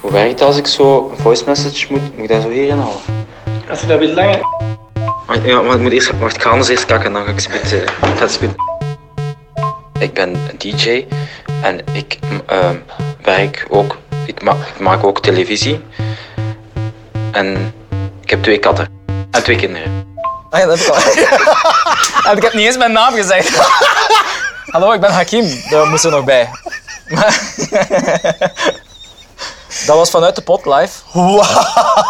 Hoe werkt dat als ik zo een voice message moet? Moet ik dat zo hierin halen? Als je dat wilt langer. Wacht, ja, maar ik moet eerst, wacht, ik ga anders eerst kakken, dan ga ik spitten. Ik ga het spitten. Ik ben een DJ en ik m, eh, werk ook, ik, ma- ik maak ook televisie. En ik heb twee katten en twee kinderen. Ah, ja, dat heb ik al. en ik heb niet eens mijn naam gezegd. Hallo, ik ben Hakim. Daar moest er nog bij. Maar- dat was vanuit de pot live. Wauw.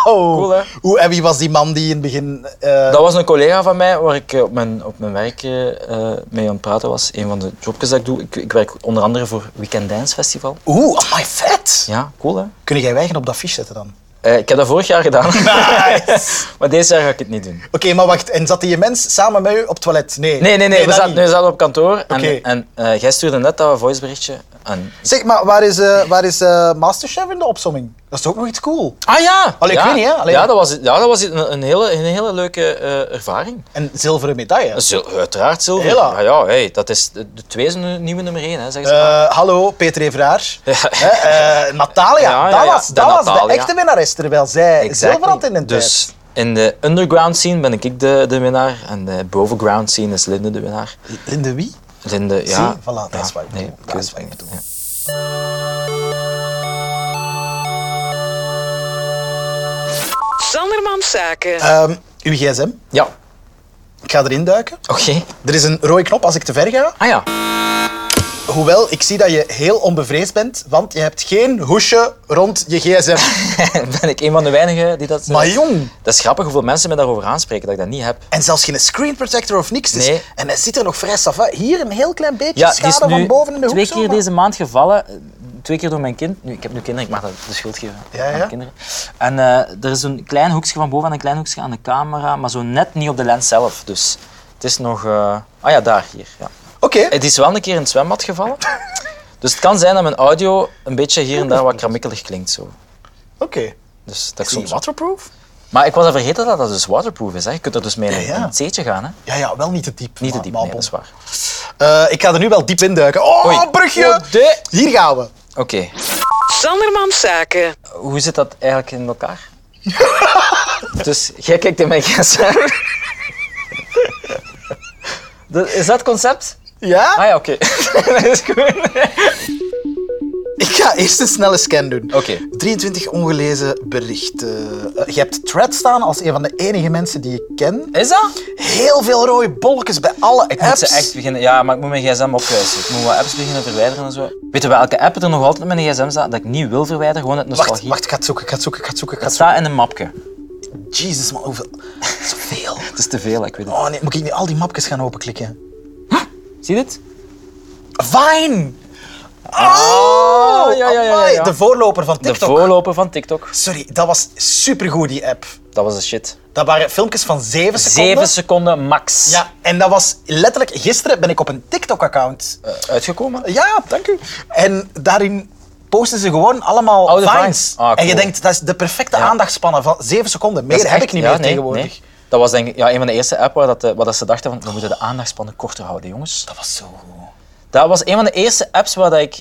Cool, hè? Hoe, en wie was die man die in het begin... eh, Dat was een collega van mij waar ik eh, op mijn, op mijn werk eh, eh, mee aan het praten was. Een van de jobjes dat ik doe. Ik, ik werk onder andere voor Weekend Dance Festival. Oeh, oh amai, vet. Ja, cool hè? Kunnen jij weigen op dat fiche zetten dan? Eh, ik heb dat vorig jaar gedaan. maar deze jaar ga ik het niet doen. Oké, maar wacht. En zat die mens samen met u op het toilet? Nee. Nee, nee, nee. we, dat zaten, niet. nee, we zaten op kantoor. Oké. En, en eh, jij stuurde net dat voiceberichtje. En... Zeg, maar waar is, eh, waar is eh, Masterchef in de opsomming? Dat is toch ook nog iets cool? Ah ja! Allee, ik ja. weet niet, hè. Allee. Ja, dat was, ja, dat was een, een, hele, een hele leuke eh, ervaring. Een zilveren medaille. Zil- uiteraard zilver. Hela. Ja, ja hey, dat is de, de twee is een nieuwe nummer één, hè, zeggen ze. maar. Eh, hallo, Peter Evraar. Hè, eh, Natalia, Ja, ja, dat, ja, was, de dat was de Natalia. echte winnares, terwijl zij zilver had in een Dus in de underground scene ben ik de, de winnaar. En de bovenground scene is Linde de winnaar. tijd. Linde wie? Linde, Zie, ja. voilà, dat is wat ik bedoel. Dat weet is wat ik het bedoel. niet, ja. Sandermans Zaken. Ehm, uw gsm. Ja, Ik ga erin duiken. oké. Er is een rode knop als ik te ver ga. Ah ja. Hoewel, ik zie dat je heel onbevreesd bent, want je hebt geen hoesje rond je gsm. ben ik een van de weinigen die dat... eh, Maar jong. Dat is grappig hoeveel mensen me daarover aanspreken dat ik dat niet heb. En zelfs geen screen protector of niks. Dus- Nee. En hij zit er nog vrij sava. Hier een heel klein beetje Ja, die is schade nu van boven in de hoek. twee zo, keer maar- deze maand gevallen. eh, Twee keer door mijn kind. Nu, ik heb nu kinderen, ik mag dat de schuld geven Ja, aan de ja. kinderen. En eh, er is een klein hoekje van boven en een klein hoekje aan de camera, maar zo net niet op de lens zelf. Dus het is nog... eh, Ah ja, daar, hier. Ja. Oké. Het is wel een keer in het zwembad gevallen. Dus het kan zijn dat mijn audio een beetje hier en daar wat kramikkelig klinkt. Zo. Oké. Dus dat ik Is die soms... waterproof? Maar je was al vergeten dat dat dus waterproof is. Hè. Je kunt er dus mee in Ja, ja. in het zeetje gaan. Hè. Ja, ja, wel niet te diep. Niet te maar- diep, maar nee, bon. dat is waar. Eh, ik ga er nu wel diep in duiken. Oh, Oei. brugje! Oh, de- Hier gaan we. Oké. Sandermans Zaken. Hoe zit dat eigenlijk in elkaar? dus jij kijkt in mijn gsm. Dat- Is dat het concept? Ja? Ah ja, oké. dat is goed. Ik ga eerst een snelle scan doen. Oké. 23 ongelezen berichten. Eh, je hebt thread staan als een van de enige mensen die ik ken. Is dat? Heel veel rode bolletjes bij alle Ik moet apps. ze echt beginnen... Ja, maar ik moet mijn gsm opkuisen. Ik moet wat apps beginnen verwijderen en zo. Weet je welke app er nog altijd op mijn gsm staat dat ik niet wil verwijderen? Gewoon uit Wacht, nostalgie. wacht, ik ga het zoeken, ik ga het zoeken, ik ga het zoeken. Ik ga Het het zoeken. staat in een mapje. Jezus, man, hoeveel... Zoveel. Het is te veel, ik weet het. Oh nee, moet ik nu al die mapjes gaan openklikken? Zie je dit? Vine! Oh, ja, ja, ja, ja, amai, ja. De voorloper van De TikTok. voorloper van TikTok. Sorry, dat was supergoed, die app. Dat was de shit. Dat waren filmpjes van 7 seconden. Zeven seconden max. Ja, en dat was letterlijk... Gisteren ben ik op een TikTok-account. Eh, uitgekomen? Ja, dank u. En daarin posten ze gewoon allemaal Oude vines. vines. Ah, cool. En je denkt, dat is de perfecte aandachtspannen van 7 seconden. Meer Dat is heb echt- ik niet ja, meer nee, tegenwoordig. nee. Dat was denk ik ja, een van de eerste app waar, dat, eh, waar dat ze dachten van we moeten de aandachtspannen korter houden, jongens. Dat was zo goed. Dat was een van de eerste apps waar dat ik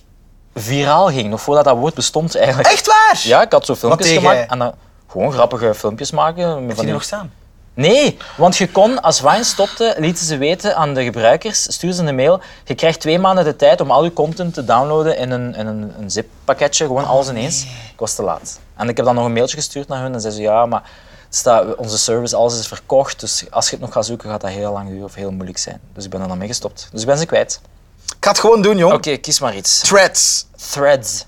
viraal ging, nog voordat dat woord bestond eigenlijk. Echt waar? Ja, ik had zo filmpjes tegen- gemaakt en dan gewoon grappige filmpjes maken. Van Heb je die die- nog staan? Nee, want je kon, als Vine stopte, lieten ze weten aan de gebruikers, stuurden ze een mail, je krijgt twee maanden de tijd om al je content te downloaden in een, in een, een zip-pakketje, gewoon alles ineens. Ik was te laat. En ik heb dan nog een mailtje gestuurd naar hun en zei ze, ja, maar het staat- onze service, alles is verkocht, dus als je het nog gaat zoeken, gaat dat heel lang duren of heel moeilijk zijn. Dus ik ben er dan mee gestopt. Dus ik ben ze kwijt. Ik ga het gewoon doen, jong. Oké, kies maar iets. Threads. Threads.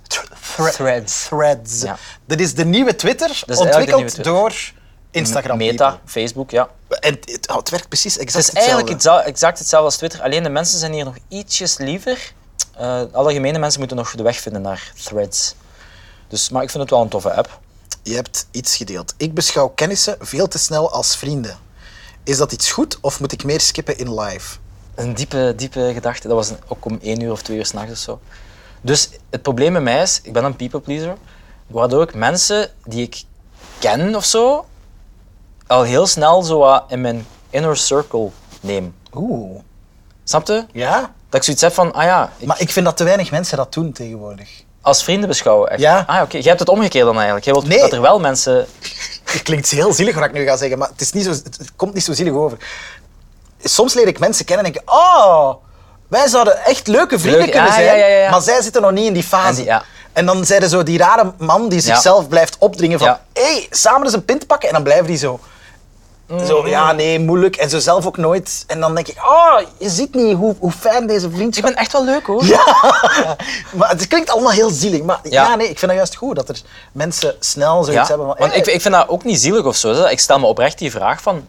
Thre- Threads. Threads. Ja. Dat is de nieuwe Twitter, de ontwikkeld nieuwe Twitter. door Instagram. Meta, people. Facebook, ja. En het, oh, het werkt precies exact Het is eigenlijk exa- exact hetzelfde als Twitter, alleen de mensen zijn hier nog ietsjes liever. Eh alle gemene mensen moeten nog de weg vinden naar threads. Dus, maar ik vind het wel een toffe app. Je hebt iets gedeeld. Ik beschouw kennissen veel te snel als vrienden. Is dat iets goed of moet ik meer skippen in live? Een diepe, diepe gedachte. Dat was een- ook om één uur of twee uur s'nachts of zo. Dus het probleem met mij is, ik ben een people pleaser, waardoor ik mensen die ik ken of zo, al heel snel zo wat in mijn inner circle neem. Oeh. Snap je? Ja? Dat ik zoiets heb van, ah ja, ik- Maar ik vind dat te weinig mensen dat doen tegenwoordig. Als vrienden beschouwen? Echt? Ja. Ah, oké. Jij hebt het omgekeerd dan eigenlijk. Jij wilt Nee. dat er wel mensen... Het klinkt heel zielig wat ik nu ga zeggen, maar het, is niet zo, het komt niet zo zielig over. Soms leer ik mensen kennen en denk ik, oh, wij zouden echt leuke vrienden Leuk, kunnen ja, zijn, ja, ja, ja. maar zij zitten nog niet in die fase. En die- ja. En dan zijn er zo die rare man die zichzelf blijft opdringen van, Ja. hé, hey, samen eens een pint pakken. En dan blijven die zo. Zo, Mm. ja, nee, moeilijk. En zo zelf ook nooit. En dan denk ik, oh, je ziet niet hoe, hoe fijn deze Ik vriendschap ben echt wel leuk, hoor. ja, maar het klinkt allemaal heel zielig. Maar ja, Ja. nee, ik vind dat juist goed dat er mensen snel zoiets Ja, hebben van. want "Hey, ik, ik vind dat ook niet zielig of zo. hè. Ik stel me oprecht die vraag van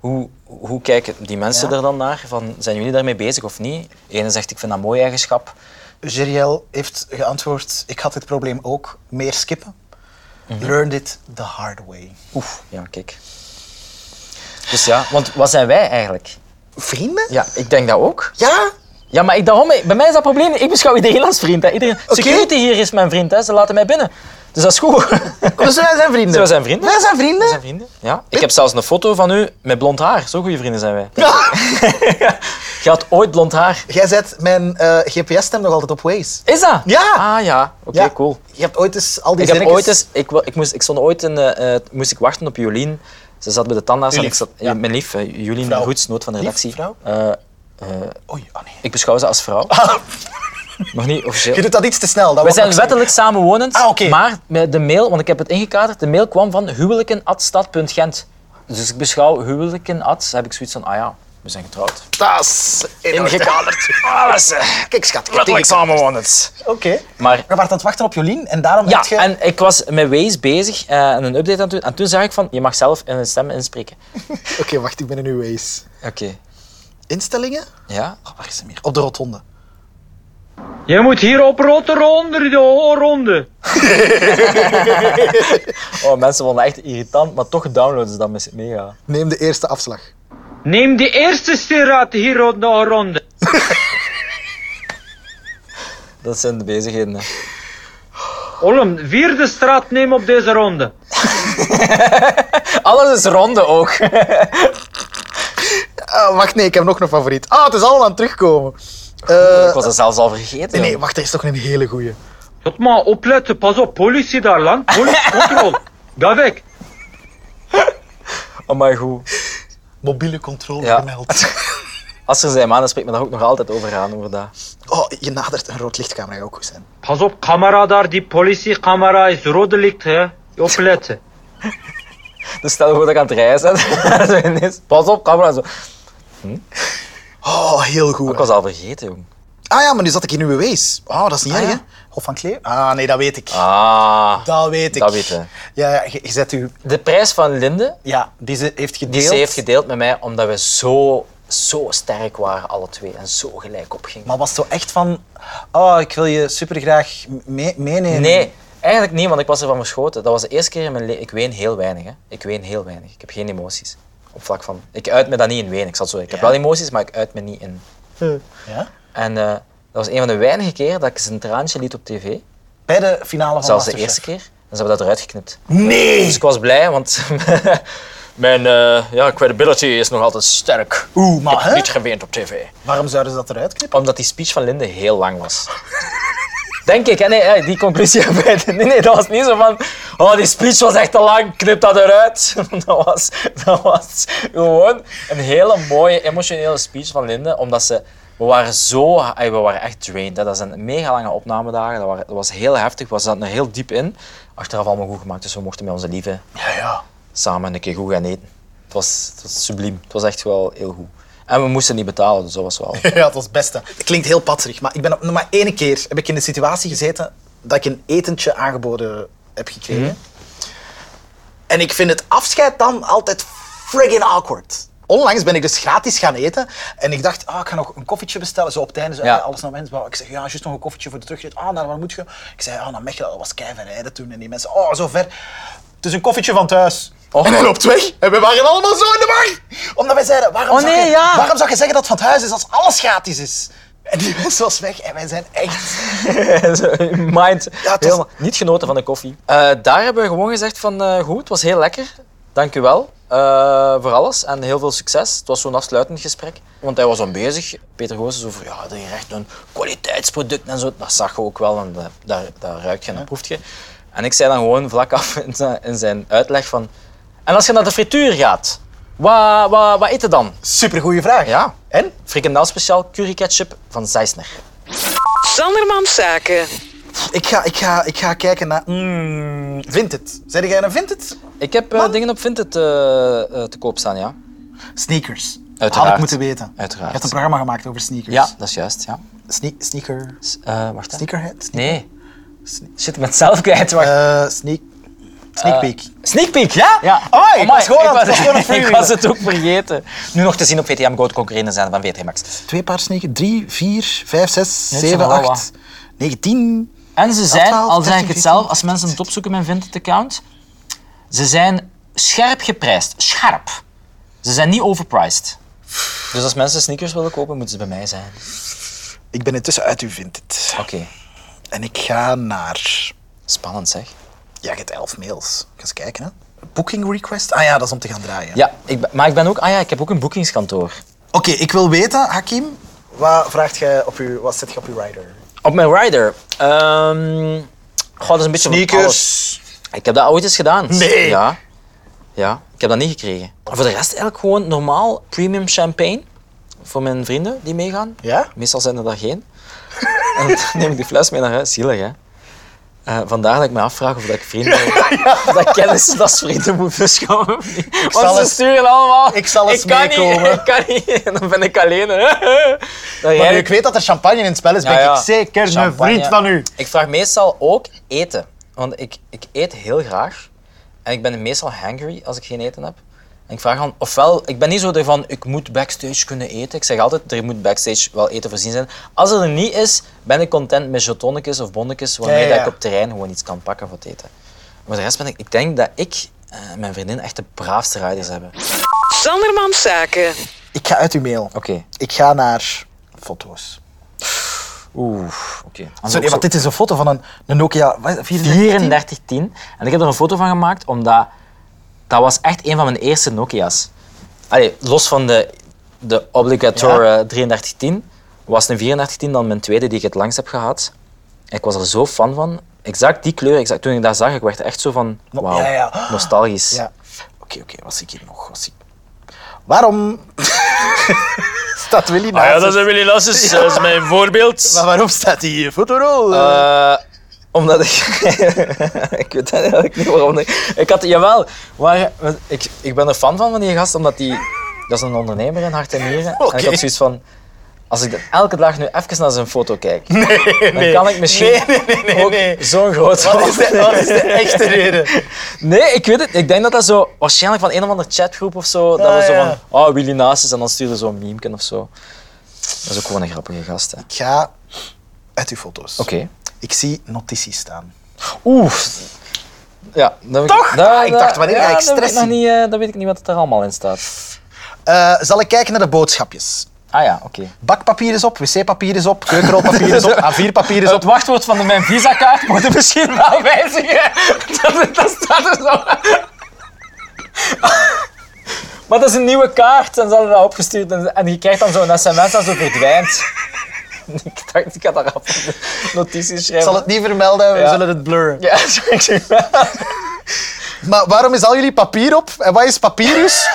hoe, hoe kijken die mensen Ja. er dan naar? Van, zijn jullie daarmee bezig of niet? Ene zegt ik vind dat een mooie eigenschap. Geriel heeft geantwoord: ik had dit probleem ook. Meer skippen. Mhm. Learned it the hard way. Oef, ja, kijk. Dus ja, want wat zijn wij eigenlijk? Vrienden? Ja, ik denk dat ook. Ja? Ja, maar ik, daarom, bij mij is dat probleem, ik beschouw iedereen als vriend. Hè. Iedereen, Security hier is mijn vriend, hè. ze laten mij binnen. Dus dat is goed. Dus wij zijn vrienden. Zo, wij zijn vrienden. Wij zijn vrienden. zijn vrienden. Ja. Ik heb zelfs een foto van u met blond haar. Zo goede vrienden zijn wij. Je had ooit blond haar. Jij zet mijn eh, GPS-stem nog altijd op Waze. Is dat? Ja. Ah ja, oké, Ja. cool. Je hebt ooit eens al die Ik heb zinnetjes- ooit eens, ik, wa- ik moest, ik stond ooit in, eh, eh, moest ik wachten op Jolien. Ze zat bij de tandarts en Uw ik zat, lief, ja. mijn lief, eh, Jolien Vrouw. Goeds, nood van de Lief, redactie. vrouw? Eh, Oei, oh nee. ik beschouw ze als vrouw. Nog niet officieel. Je doet dat iets te snel. Dat We wou ik zijn nog zeggen. wettelijk samenwonend, Ah, oké. maar met de mail, want ik heb het ingekaderd, de mail kwam van huwelijken.stad.gent. Dus ik beschouw huwelijken at, heb ik zoiets van, ah ja, we zijn getrouwd. Dat is in orde. Ingekaderd. Alles, eh, Kijk, schat. ik heb wettelijk dingen- samenwonend. Oké. Maar We waren aan het wachten op Jolien en daarom Ja, heb je... en ik was met Waze bezig eh, en een update aan het doen. En toen zag ik van, je mag zelf een stem inspreken. Oké, wacht, ik ben in uw Waze. Oké. Instellingen? Ja? Oh, waar is hem hier? Op de rotonde. Je moet hier op rotte ronde, de oorronde. Oh, mensen vonden dat echt irritant, maar toch downloaden ze dat mis- mega. Neem de eerste afslag. Neem de eerste straat hier rond de oorronde. Dat zijn de bezigheden. hè. Olm, vierde straat neem op deze ronde. Alles is ronde ook. Ah, wacht, nee, ik heb nog een favoriet. Ah, het is allemaal aan het terugkomen. Eh, Oh, ik was dat zelfs al vergeten. nee, nee, joh. wacht, er is toch een hele goeie. Tot maar opletten, pas op, politie daar, land, politiecontrole. Ga weg. Oh, maar goed. Mobiele controle Ja. gemeld. Als er zijn maanden spreekt me daar ook nog altijd over aan, over dat. Oh, je nadert een rood lichtcamera, gaat ook goed zijn. Pas op, camera daar, die politiecamera is rode licht, hè. Opletten. Dus stel je voor dat ik aan het reizen ben. Zo ineens, Pas op, camera en zo. Oh, heel goed. Ik was al vergeten, jong. Ah ja, maar nu zat ik in uw wees. Oh, dat is niet Ah, erg, ja. hè? Hof van Kleef? Ah, nee, dat weet ik. Ah. Dat weet ik. Dat weet je. Ja, ja, je, je zet u... De prijs van Linde, Ja, die ze heeft gedeeld. die ze heeft gedeeld met mij, omdat we zo, zo sterk waren, alle twee. En zo gelijk opgingen. Maar was het zo echt van... Oh, ik wil je supergraag mee, meenemen. Nee, eigenlijk niet, want ik was ervan verschoten. Dat was de eerste keer in mijn leven. Ik ween heel weinig. Hè. Ik ween heel weinig. Ik heb geen emoties. Op vlak van... Ik uit me dat niet in ween. Ik, zal het zo... ik heb wel emoties, maar ik uit me niet in. Ja? En eh, dat was een van de weinige keren dat ik eens een traantje liet op tv. Oh, Bij de finale van Zelfs de Masterchef. eerste keer. En ze hebben dat eruit geknipt. Dus Nee! ik was blij, want mijn eh, ja, credibility is nog altijd sterk. Oeh, maar ik heb hè? niet geweend op tv. Waarom zouden ze dat eruit knippen? Omdat die speech van Linde heel lang was. Denk ik, hè? nee, hè, die conclusie heb ik. Nee, nee, dat was niet zo van. Oh, die speech was echt te lang, knip dat eruit. Dat was, dat was gewoon een hele mooie emotionele speech van Linde. Omdat ze. We waren zo. ey, We waren echt drained. Hè. Dat zijn mega lange opnamedagen. Dat, waren- dat was heel heftig. We zaten er heel diep in. Achteraf allemaal goed gemaakt, dus we mochten met onze lieve Ja, ja. samen een keer goed gaan eten. Het was, het was subliem. Het was echt wel heel goed. En we moesten niet betalen, dus dat was wel. Ja, dat was het beste. Het klinkt heel patserig, maar ik ben op, nog maar één keer heb ik in de situatie gezeten dat ik een etentje aangeboden heb gekregen. En ik vind het afscheid dan altijd friggin' awkward. Onlangs ben ik dus gratis gaan eten en ik dacht, ah, ik ga nog een koffietje bestellen. Zo op het einde, zo, Ja. ah, alles naar wens. Ik zeg, ja, juist nog een koffietje voor de terugrit. Ah, naar waar moet je? Ik zei, ah, naar Mechelen, dat was keihard rijden toen. En die mensen, oh, zo ver. Het is een koffietje van thuis. Och. En hij loopt weg. En we waren allemaal zo in de war. Omdat wij zeiden, waarom, Oh, zou nee, je, ja. waarom zou je zeggen dat het van het huis is als alles gratis is? En die mens was weg en wij zijn echt... Zo, in mind. Ja, het was- Helemaal niet genoten van de koffie. Eh, daar hebben we gewoon gezegd van, eh, goed, het was heel lekker. Dank u wel eh, voor alles en heel veel succes. Het was zo'n afsluitend gesprek, want hij was dan bezig. Peter Goos is over, ja, dat is echt een kwaliteitsproduct en zo. Dat zag je ook wel en eh, daar, daar ruikt je en dat proeft je. En ik zei dan gewoon vlak af in zijn, in zijn uitleg van... En als je naar de frituur gaat, wat, wat, wat eet je dan? Supergoeie vraag. Ja, En? frikandel speciaal curry ketchup van Zeisner. Sanderman Zaken. Ik ga, ik ga, ik ga kijken naar... Mm, Vinted. Zeg jij een Vinted? Ik heb eh, Man. dingen op Vinted eh, eh, te koop staan, ja. Sneakers. Had Uiteraard. ik moeten weten. Uiteraard. Je hebt een programma gemaakt over sneakers. Ja, Dus dat is juist, ja. Sne- sneaker... S- eh, wacht, hè. Sneakerhead? Sne- Nee. Zit ik met zelf kwijt, wacht. Eh, eh, sneak... Sneak peek. Sneak peek, ja? Oh, Ja. Amai, ik was gewoon aan het- ik was gewoon aan het Ik freewheelen. was het ook vergeten. Nu nog te zien op VTM Goat concurrenten zijn van VTM Max. Twee paar sneakers. Drie, vier, vijf, zes, het zeven, zijn wel acht, negentien. En ze zijn, 12, al zeg ik 13, het zelf, als mensen het opzoeken met Vinted account, ze zijn scherp geprijsd. Scherp. Ze zijn niet overpriced. Dus als mensen sneakers willen kopen, moeten ze bij mij zijn. Ik ben intussen uit uw Vinted. Oké, En ik ga naar... spannend zeg. Ja, je hebt elf mails. Ik ga eens kijken, hè. Booking request? Ah ja, dat is om te gaan draaien. Ja, ik ben- maar ik ben ook, ah ja, ik heb ook een boekingskantoor. Oké, ik wil weten, Hakim, wat vraagt jij op uw, wat zet je op uw rider? Op mijn rider. Ehm goh, dat is een beetje van alles. Ik heb dat ooit eens gedaan. Nee. Ja. ja. Ik heb dat niet gekregen. Maar Voor de rest eigenlijk gewoon normaal premium champagne. Voor mijn vrienden die meegaan. Ja? Meestal zijn er daar geen. en dan neem ik de fles mee naar huis. Zielig, hè? Eh, vandaar dat ik me afvraag of dat ik vrienden... of dat ik kennissen als vrienden moet beschouwen of niet. Want zal ze eens- sturen allemaal... ik zal eens ik kan meekomen. Niet, ik kan niet. En dan ben ik alleen. hè. Dan Maar jij- nu ik weet dat er champagne in het spel is, ben Ja, ja. ik zeker een Champagne. vriend van u. Ik vraag meestal ook eten. Want ik, ik eet heel graag. En ik ben meestal hangry als ik geen eten heb. En ik vraag dan, ofwel, ik ben niet zo ervan, ik moet backstage kunnen eten. Ik zeg altijd, er moet backstage wel eten voorzien zijn. Als het er niet is, ben ik content met jetonnetjes of bonnetjes, waarmee Ja, ja, ja. Dat ik op terrein gewoon iets kan pakken voor het eten. Maar de rest ben ik, ik denk dat ik en mijn vriendin echt de braafste riders hebben. Oké. Sanderman Zaken. Ik ga uit uw mail. Ik ga naar foto's. Oeh, oké. Sorry, want dit is een foto van een, een Nokia wat is dat, 3410? 3410. En ik heb er een foto van gemaakt, omdat dat was echt een van mijn eerste Nokia's. Allee, los van de, de obligator eh, 3310, was een 3410 dan mijn tweede die ik het langst heb gehad. Ik was er zo fan van. Exact die kleur, exact, toen ik dat zag, ik werd er echt zo van, wauw, ja, ja. nostalgisch. Ja. Oké, oké, wat zie ik hier nog? Wat zie ik... Waarom staat Willy naast ons? Willy Lasses, dat is mijn voorbeeld. Maar waarom staat die fotorol? Eh, omdat ik... ik weet eigenlijk niet waarom. Ik, ik had... Jawel. Maar ik, ik ben er fan van, van die gast, omdat die... Dat is een ondernemer in hart en nieren. En ik Oké. had zoiets van... Als ik dan elke dag nu even naar zijn foto kijk, dan kan ik misschien Nee, nee, nee, nee, ook nee. zo'n groot Wat is, de, wat is de echte reden? Nee, ik weet het. Ik denk dat dat zo waarschijnlijk van een of andere chatgroep of zo. dat we Ah, zo ja. van, oh, Willy naast is en dan stuurde zo'n meme of zo. Dat is ook gewoon een grappige gast. hè. Oké. Ik ga uit uw foto's. Ik zie notities staan. Oeh. Ja, dat heb Toch? dat- Ah, ik dacht, wanneer Nou, ja, ga ik dat weet stress nog zien? niet, eh, Dat weet ik niet wat het er allemaal in staat. Eh, zal ik kijken naar de boodschapjes? Ah ja, oké. Bakpapier is op, wc-papier is op, keukenrolpapier is op, A4-papier is Dus op. het wachtwoord van de mijn visakaart moet je misschien wel wijzigen. Dat, dat staat er zo. Maar dat is een nieuwe kaart en ze hadden dat opgestuurd en, en je krijgt dan zo'n sms dat zo verdwijnt. Ik dacht, ik ga daar af notities Ik schrijven. zal het niet vermelden, we Ja. zullen het blurren. Ja, sorry, ik zie wel. Maar waarom is al jullie papier op? En wat is papyrus?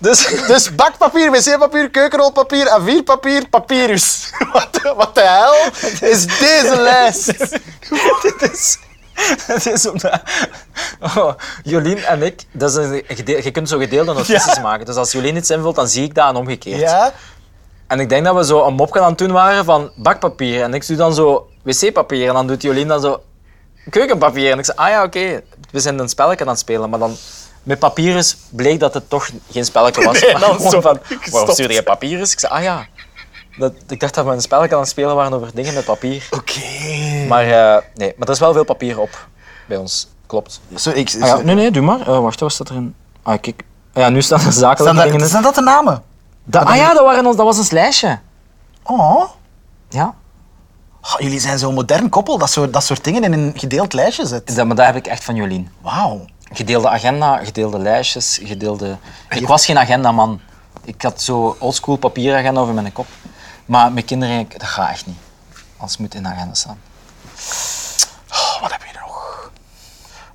Dus, Dus bakpapier, wc-papier, keukenrolpapier, A4-papier, papyrus. Wat, de- wat de hel is deze lijst? dit is. Het is omdat. Oh, Jolien en ik, dat is een gede- je kunt zo gedeelde notities maken. Dus als Jolien iets invult, dan zie ik dat en omgekeerd. Ja? En ik denk dat we zo een mopje aan het doen waren van bakpapier. En ik doe dan zo wc-papier. En dan doet Jolien dan zo keukenpapier. En ik zei, ah ja, oké, we zijn een spelletje aan het spelen. Maar dan met papyrus bleek dat het toch geen spelletje was. Nee, maar dan gewoon zo van, gestopt. waarom stuurde je papyrus? Ik zei, ah ja. Dat, ik dacht dat we een spelletje aan het spelen waren over dingen met papier. Oké. Mm. Maar eh, nee, maar er is wel veel papier op bij ons. Klopt. Zo, ik... Ah ja, nee, nee, doe maar. Eh, wacht, wat staat erin? Ah, kijk. Ah Ja, nu staan er zakelijke Zijn dat, dingen in. zijn dat de namen? Da- ah ja, dat, waren ons, dat was een slijstje. Oh. Ja. "Ah, Oh. jullie zijn zo'n modern koppel, dat soort, dat soort dingen in een gedeeld lijstje zet. Dat, maar daar heb ik echt van Jolien. Wauw. Gedeelde agenda, gedeelde lijstjes, gedeelde... Ik was geen agendaman. Ik had zo oldschool papieragenda over mijn kop. Maar met kinderen, ik- dat gaat echt niet. Alles moet in de agenda staan. Oh, wat heb je nog?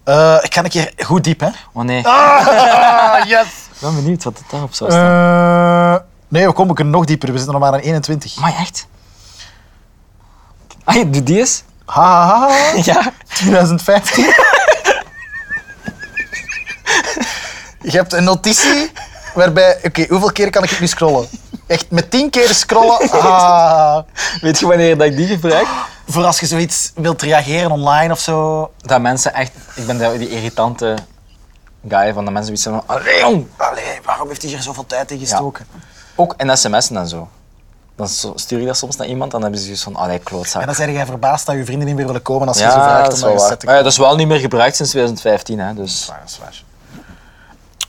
Eh, ik ga een keer goed diep, hè. Oh nee, Ah, yes! ik ben benieuwd wat het daarop zou staan. Eh, nee, we komen kunnen nog dieper. We zitten nog maar aan 21. Maar echt? Ah, je doet die eens? Ha, ha, ha, ha. Ja. 2015. Je hebt een notitie waarbij... Oké, hoeveel keer kan ik het nu scrollen? Echt met tien keer scrollen. Ah. Weet je wanneer dat ik die gebruik? Voor als je zoiets wilt reageren online of zo. Dat mensen echt... Ik ben daar die irritante guy van dat mensen zoiets zeggen van... Allee, jong! Allee, waarom heeft hij hier zoveel tijd in gestoken? Ook in sms'en en zo. Dan so- stuur je dat soms naar iemand, dan hebben ze zoiets van... Allee, klootzak. En dan zijn jij verbaasd dat je vrienden niet meer willen komen als je Ja, zo vraagt dat om is wel naar je waar. set te Maar komen. ja, dat is wel niet meer gebruikt sinds 2015, hè, dus... Ah, dat is waar.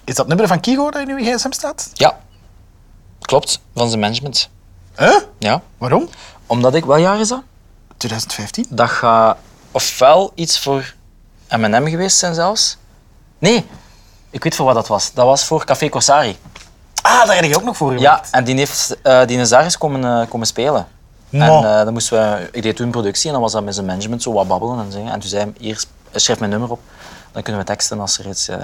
Is dat nummer van Kigo dat in uw gsm staat? Ja. Klopt, van zijn management. Huh? Ja. Waarom? Omdat ik... Welk jaar is dat? 2015? Dat gaat ofwel iets voor M&M geweest zijn zelfs. Nee, ik weet voor wat dat was. Dat was voor Café Corsari. Ah, daar heb je ook nog voor Ja, en die heeft eh die is daar eens komen, eh, komen spelen. Mo. En eh, dan moesten we, ik deed toen productie en dan was dat met zijn management zo wat babbelen en zingen. En toen zei hij, hier, schrijf mijn nummer op. Dan kunnen we teksten als er iets, eh,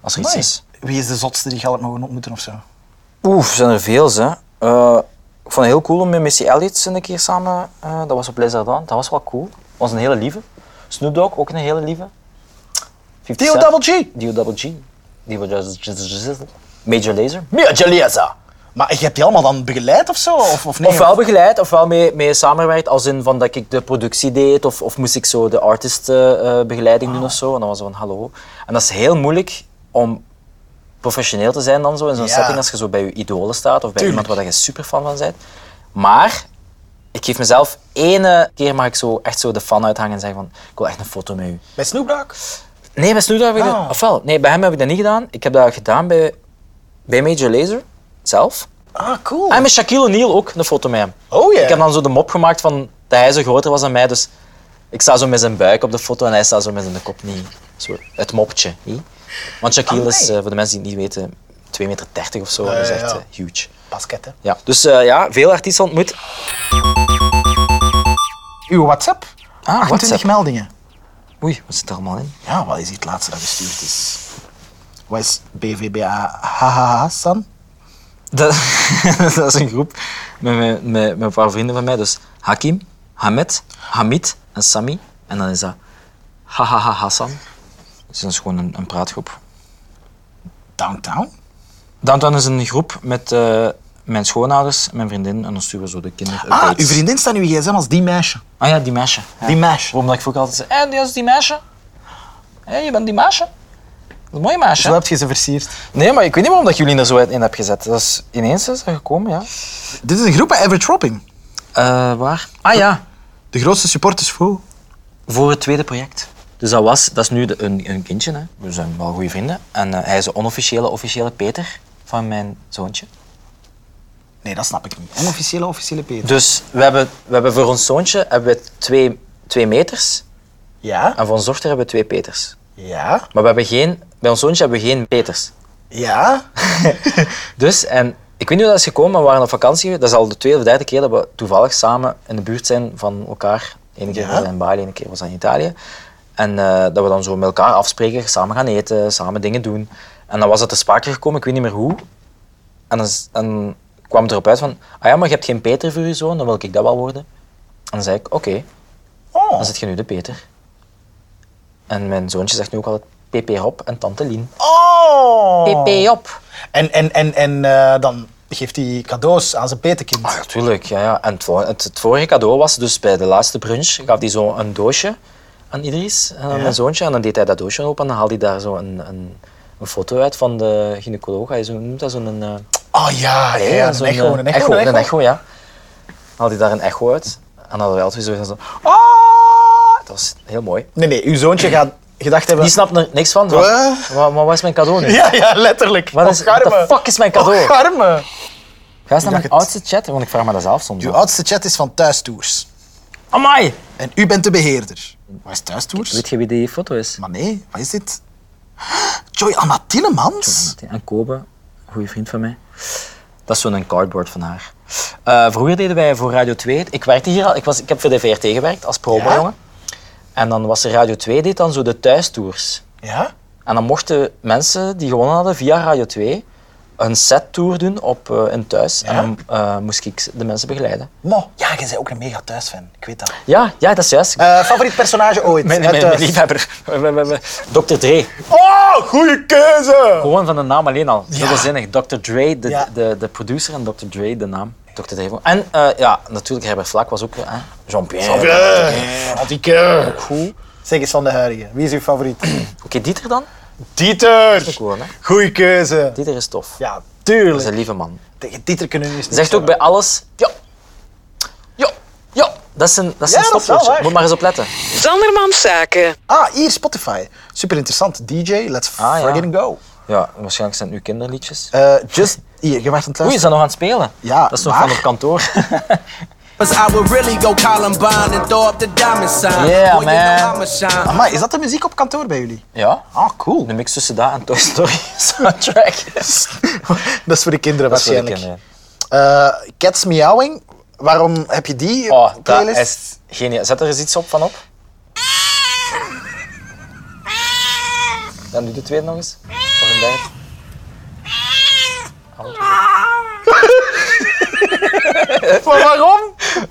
als er iets Amai. is. Wie is de zotste die je al hebt mogen ontmoeten of zo? Oeh, er zijn er veel, hè. Eh, ik vond het heel cool om met Missy Elliott een keer samen... eh, dat was op Les Ardentes. Dat was wel cool. Dat was een hele lieve. Snoop Dogg, ook een hele lieve. 50 Theo Cent. Double G. Dio Double G. Dio Double G. Major Lazer. Major Lazer! Maar je hebt die allemaal dan begeleid of zo? Of, of nee? Ofwel begeleid, ofwel mee, mee samenwerkt, als in van dat ik de productie deed, of, of moest ik zo de artistbegeleiding doen of zo. En dan was het van hallo. En dat is heel moeilijk om professioneel te zijn dan zo in zo'n Ja. setting als je zo bij je idolen staat of bij Tuurlijk. iemand waar je super fan van bent. Maar ik geef mezelf ene keer mag ik zo echt zo de fan uithangen en zeggen van ik wil echt een foto met u. Bij Snoop Dogg? Nee, bij Snoop Dogg heb ik Ah. dat... Ofwel, nee, bij hem heb ik dat niet gedaan. Ik heb dat gedaan bij, bij Major Lazer zelf. Ah, cool. En met Shaquille O'Neal ook een foto met hem. Oh ja. Ik heb dan zo de mop gemaakt van dat hij zo groter was dan mij, dus ik sta zo met zijn buik op de foto en hij staat zo met zijn kop niet. Zo het mopje. hè. Want Shaquille is, Amai. eh, voor de mensen die het niet weten, 2,30 meter of zo. dat is ja, echt ja. eh, huge. Basket, hè. Ja. Dus eh, ja, veel artiesten ontmoet. Uw WhatsApp? Ah, 28 WhatsApp. meldingen. Oei, wat zit er allemaal in? Ja, wat is hier het laatste dat gestuurd is? Wat is BVBA? Hahaha, San? Dat, dat is een groep met, mijn- met, met een paar vrienden van mij. Dus Hakim, Hamed, Hamid en Sami. En dan is dat Hahaha Hassan. Dus dat is gewoon een, een praatgroep. Downtown? Downtown is een groep met eh, mijn schoonouders, mijn vriendin en dan sturen we zo de kinderen Ah, updates. uw vriendin staat in uw gsm als die meisje. Ah ja, die meisje. Ja. Die meisje. Waarom dat ik vroeger altijd zei, hé, die is die meisje. Hé, je bent die meisje. Dat is een mooie meisje. Zo heb je ze versierd. Nee, maar ik weet niet waarom dat jullie er zo in hebt gezet. Dat is ineens is dat gekomen, ja. Dit is een groep bij Average Ropping. Eh, waar? Ah ja, De grootste supporters voor. voor het tweede project. Dus dat was, dat is nu de- een, een kindje, hè. We zijn wel goede vrienden. En eh, hij is de onofficiële, officiële Peter van mijn zoontje. Nee, dat snap ik niet. Onofficiële, officiële Peter. Dus we hebben, we hebben voor ons zoontje hebben we twee, twee meters. Ja? En voor onze dochter hebben we twee Peters. Ja? Maar we hebben geen, bij ons zoontje hebben we geen Peters. Ja? Dus, en ik weet niet hoe dat is gekomen, maar we waren op vakantie. Dat is al de tweede of derde keer dat we toevallig samen in de buurt zijn van elkaar. Eén keer Ja. was dat in Bali, één keer was dat in Italië. En eh, dat we dan zo met elkaar afspreken, samen gaan eten, samen dingen doen. En dan was dat te sprake gekomen, ik weet niet meer hoe. En dan, s- en kwam het erop uit van, ah ja, maar je hebt geen Peter voor je zoon, dan wil ik dat wel worden. En dan zei ik, oké, Oh. dan zit je nu de Peter. En mijn zoontje zegt nu ook altijd PP Rob en Tante Lien. Oh. PP op. En, en, en, en eh, dan geeft hij cadeaus aan zijn petekind. Ah, natuurlijk. Ja, ja. En het, vor- het, het vorige cadeau was dus bij de laatste brunch gaf hij zo een doosje aan Idris, aan mijn zoontje. En dan deed hij dat doosje open en dan haalde hij daar zo een, een, een foto uit van de gynaecoloog. Hij zo, hoe noemt dat zo'n... eh, Oh ja, ja, ja, een zo'n, echo, eh, een echo, Een echo, ja. Haalde hij daar een echo uit. En dan hadden wij altijd zo zo... Ah! Dat was heel mooi. Nee, nee, uw zoontje gaat gedacht hebben... Die snapt er niks van. Wat? Maar, maar, wat is mijn cadeau nu? Ja, ja, letterlijk. Wat is, what the fuck is mijn cadeau? Oh, garme. Ga eens naar dacht mijn het. oudste chat, want ik vraag me dat zelf soms Uw af. oudste chat is van thuistours. Amai! En u bent de beheerder. Waar is thuistoers? Weet je wie die foto is? Maar nee, wat is dit? Joy Anna Tillemans? En Kobe, een goede vriend van mij. Dat is zo'n cardboard van haar. Eh, vroeger deden wij voor Radio 2. Ik werkte hier al. Ik, was, ik heb voor de VRT gewerkt als probajongen. En dan was er Radio 2 deed dan zo de thuistours. Ja? En dan mochten mensen die gewonnen hadden via Radio 2 een settour doen op eh in thuis. En dan eh, moest ik de mensen begeleiden. Mo, ja, jij bent ook een mega thuisfan. Ik weet dat. Ja, ja dat is juist. Eh, favoriet personage ooit? mijn, Uit mijn, Thuis? mijn liefhebber. Dr. Dre. Oh, goede keuze! Gewoon van de naam alleen al. Dubbelzinnig. Dr. Dre, de, Ja. de, de producer, en Dr. Dre, de naam. Dr. Dre. En eh, ja, natuurlijk Herbert Vlak was ook... eh, Jean-Pierre. Eh, Antieke. Goed. Zeg eens van de huidige. Wie is uw favoriet? Oké, Dieter dan? Dieter! Gewoon, hè. Goeie keuze. Dieter is tof. Ja, Dat is een tuurlijk. lieve man. Tegen Dieter kunnen we niet Zegt ook bij alles... Ja. Ja. Ja. Dat is een, dat is Ja, dat een is wel stopwoordje. waar. Moet maar eens op letten. Zanderman Zaken. Ah, hier, Spotify. Super interessant. DJ, let's Ah, ja. friggin' go. Ja, waarschijnlijk zijn het nu kinderliedjes. Eh, just, hier, je wacht aan het Oei, luisteren. is dat nog aan het spelen? Ja, Dat is nog maar- van op kantoor. Cause I would really go Columbine and throw up the diamond sign. Yeah, Boy, you know man. I'ma shine. Amai, is dat de muziek op kantoor bij jullie? ja. Ah, cool. De mix tussen dat en Toy Story soundtrack. dat is voor de kinderen Dat is voor de waarschijnlijk. kinderen. Eh, Cats Meowing, waarom heb je die Oh, dat playlist? is geniaal. Zet er eens iets op van op. Dan doe de tweede nog eens. Of een derde. Ah, Maar waarom?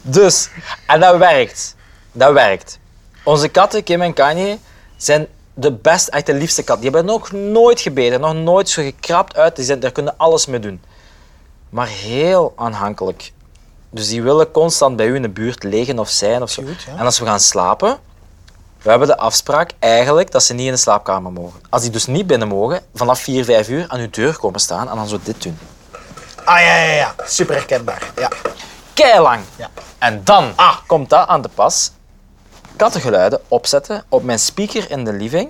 Dus, en dat werkt. Dat werkt. Onze katten, Kim en Kanye, zijn de best, echt de liefste katten. Die hebben nog nooit gebeten, nog nooit zo gekrapt uit. Die zijn, daar kunnen alles mee doen. Maar heel aanhankelijk. Dus die willen constant bij u in de buurt liggen of zijn of zo. Cute, ja. En als we gaan slapen, we hebben de afspraak eigenlijk dat ze niet in de slaapkamer mogen. Als die dus niet binnen mogen, vanaf 4, 5 uur aan uw deur komen staan en dan zo dit doen. Ah, ja, ja, ja. Super herkenbaar. Ja. keilang. Ja. En dan ah, komt dat aan de pas. Kattengeluiden opzetten op mijn speaker in de living.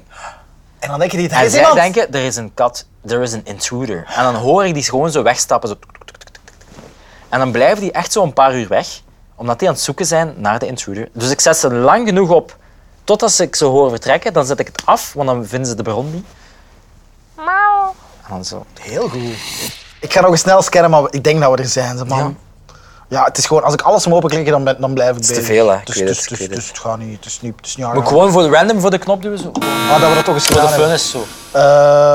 En dan denk je niet, hij En is zij iemand. denken, er is een kat, er is een intruder. En dan hoor ik die gewoon zo wegstappen. Zo. tuk, tuk, tuk, tuk, tuk, tuk. En dan blijven die echt zo een paar uur weg, omdat die aan het zoeken zijn naar de intruder. Dus ik zet ze lang genoeg op, totdat ze ik ze hoor vertrekken. Dan zet ik het af, want dan vinden ze de bron niet. En dan zo. Heel goed. Ik ga nog eens snel scannen, maar ik denk dat we er zijn, ze, man. Ja. het is gewoon, als ik alles moet openklikken, dan, ben- dan blijf ik bezig. te veel, hè. Ik Dus, weet dus, het, ik dus, weet het. dus het gaat niet, het is niet, het is niet Moet ik hard. gewoon voor random voor de knop duwen? Zo. Voor Ah, dat we dat toch eens de gedaan fun hebben. is zo. Eh,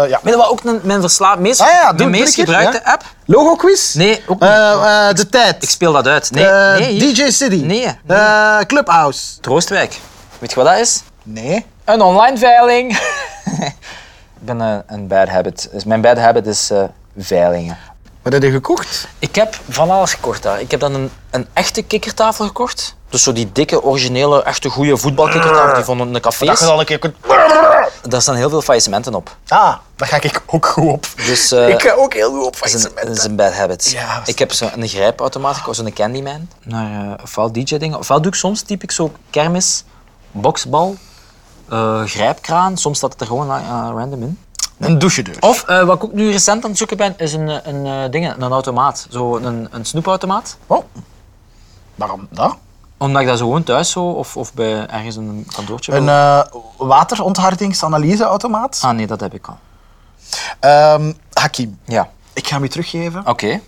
ja. Weet je wat ook een- mijn versla- meest, Ah ja, de doe- doe meest ik hier, gebruikte ja. app? Logo quiz? Nee, ook niet. Eh, eh, de tijd. Ik speel dat uit. Nee, Eh, nee hier. DJ City. Nee, nee. Eh, Clubhouse. Troostwijk. Weet je wat dat is? Nee. Een online veiling. ik ben een, een bad habit. Dus mijn bad habit is eh, veilingen. Wat heb je gekocht? Ik heb van alles gekocht daar. Ik heb dan een, een echte kikkertafel gekocht. Dus zo die dikke, originele, echte goede voetbalkikkertafel die van de Dat je cafés. al een keer kunt... Daar staan heel veel faillissementen op. Ah, daar ga ik ook goed op. Dus, eh, ik ga ook heel goed op Dat is, een, faillissementen. dat is een bad habit. Ja, dat is ik heb zo'n grijpautomaat, ik zo'n candyman. Naar eh, ofwel DJ-dingen. Ofwel doe ik soms typ ik zo kermis, boksbal, eh, grijpkraan. Soms staat het er gewoon eh, random in. Een douchedeur. Of eh, wat ik ook nu recent aan het zoeken ben, is een, eh, een, eh, ding, een automaat. Zo een, een snoepautomaat. Oh. Waarom dat? Omdat ik dat zo gewoon thuis zo, of, of bij ergens in een kantoortje Een wil. eh wateronthardingsanalyseautomaat. Ah nee, dat heb ik al. Ehm, Hakim, Ja, ik ga hem je teruggeven. oké. Je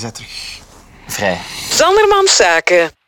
bent terug. Vrij. Zanderman Zaken.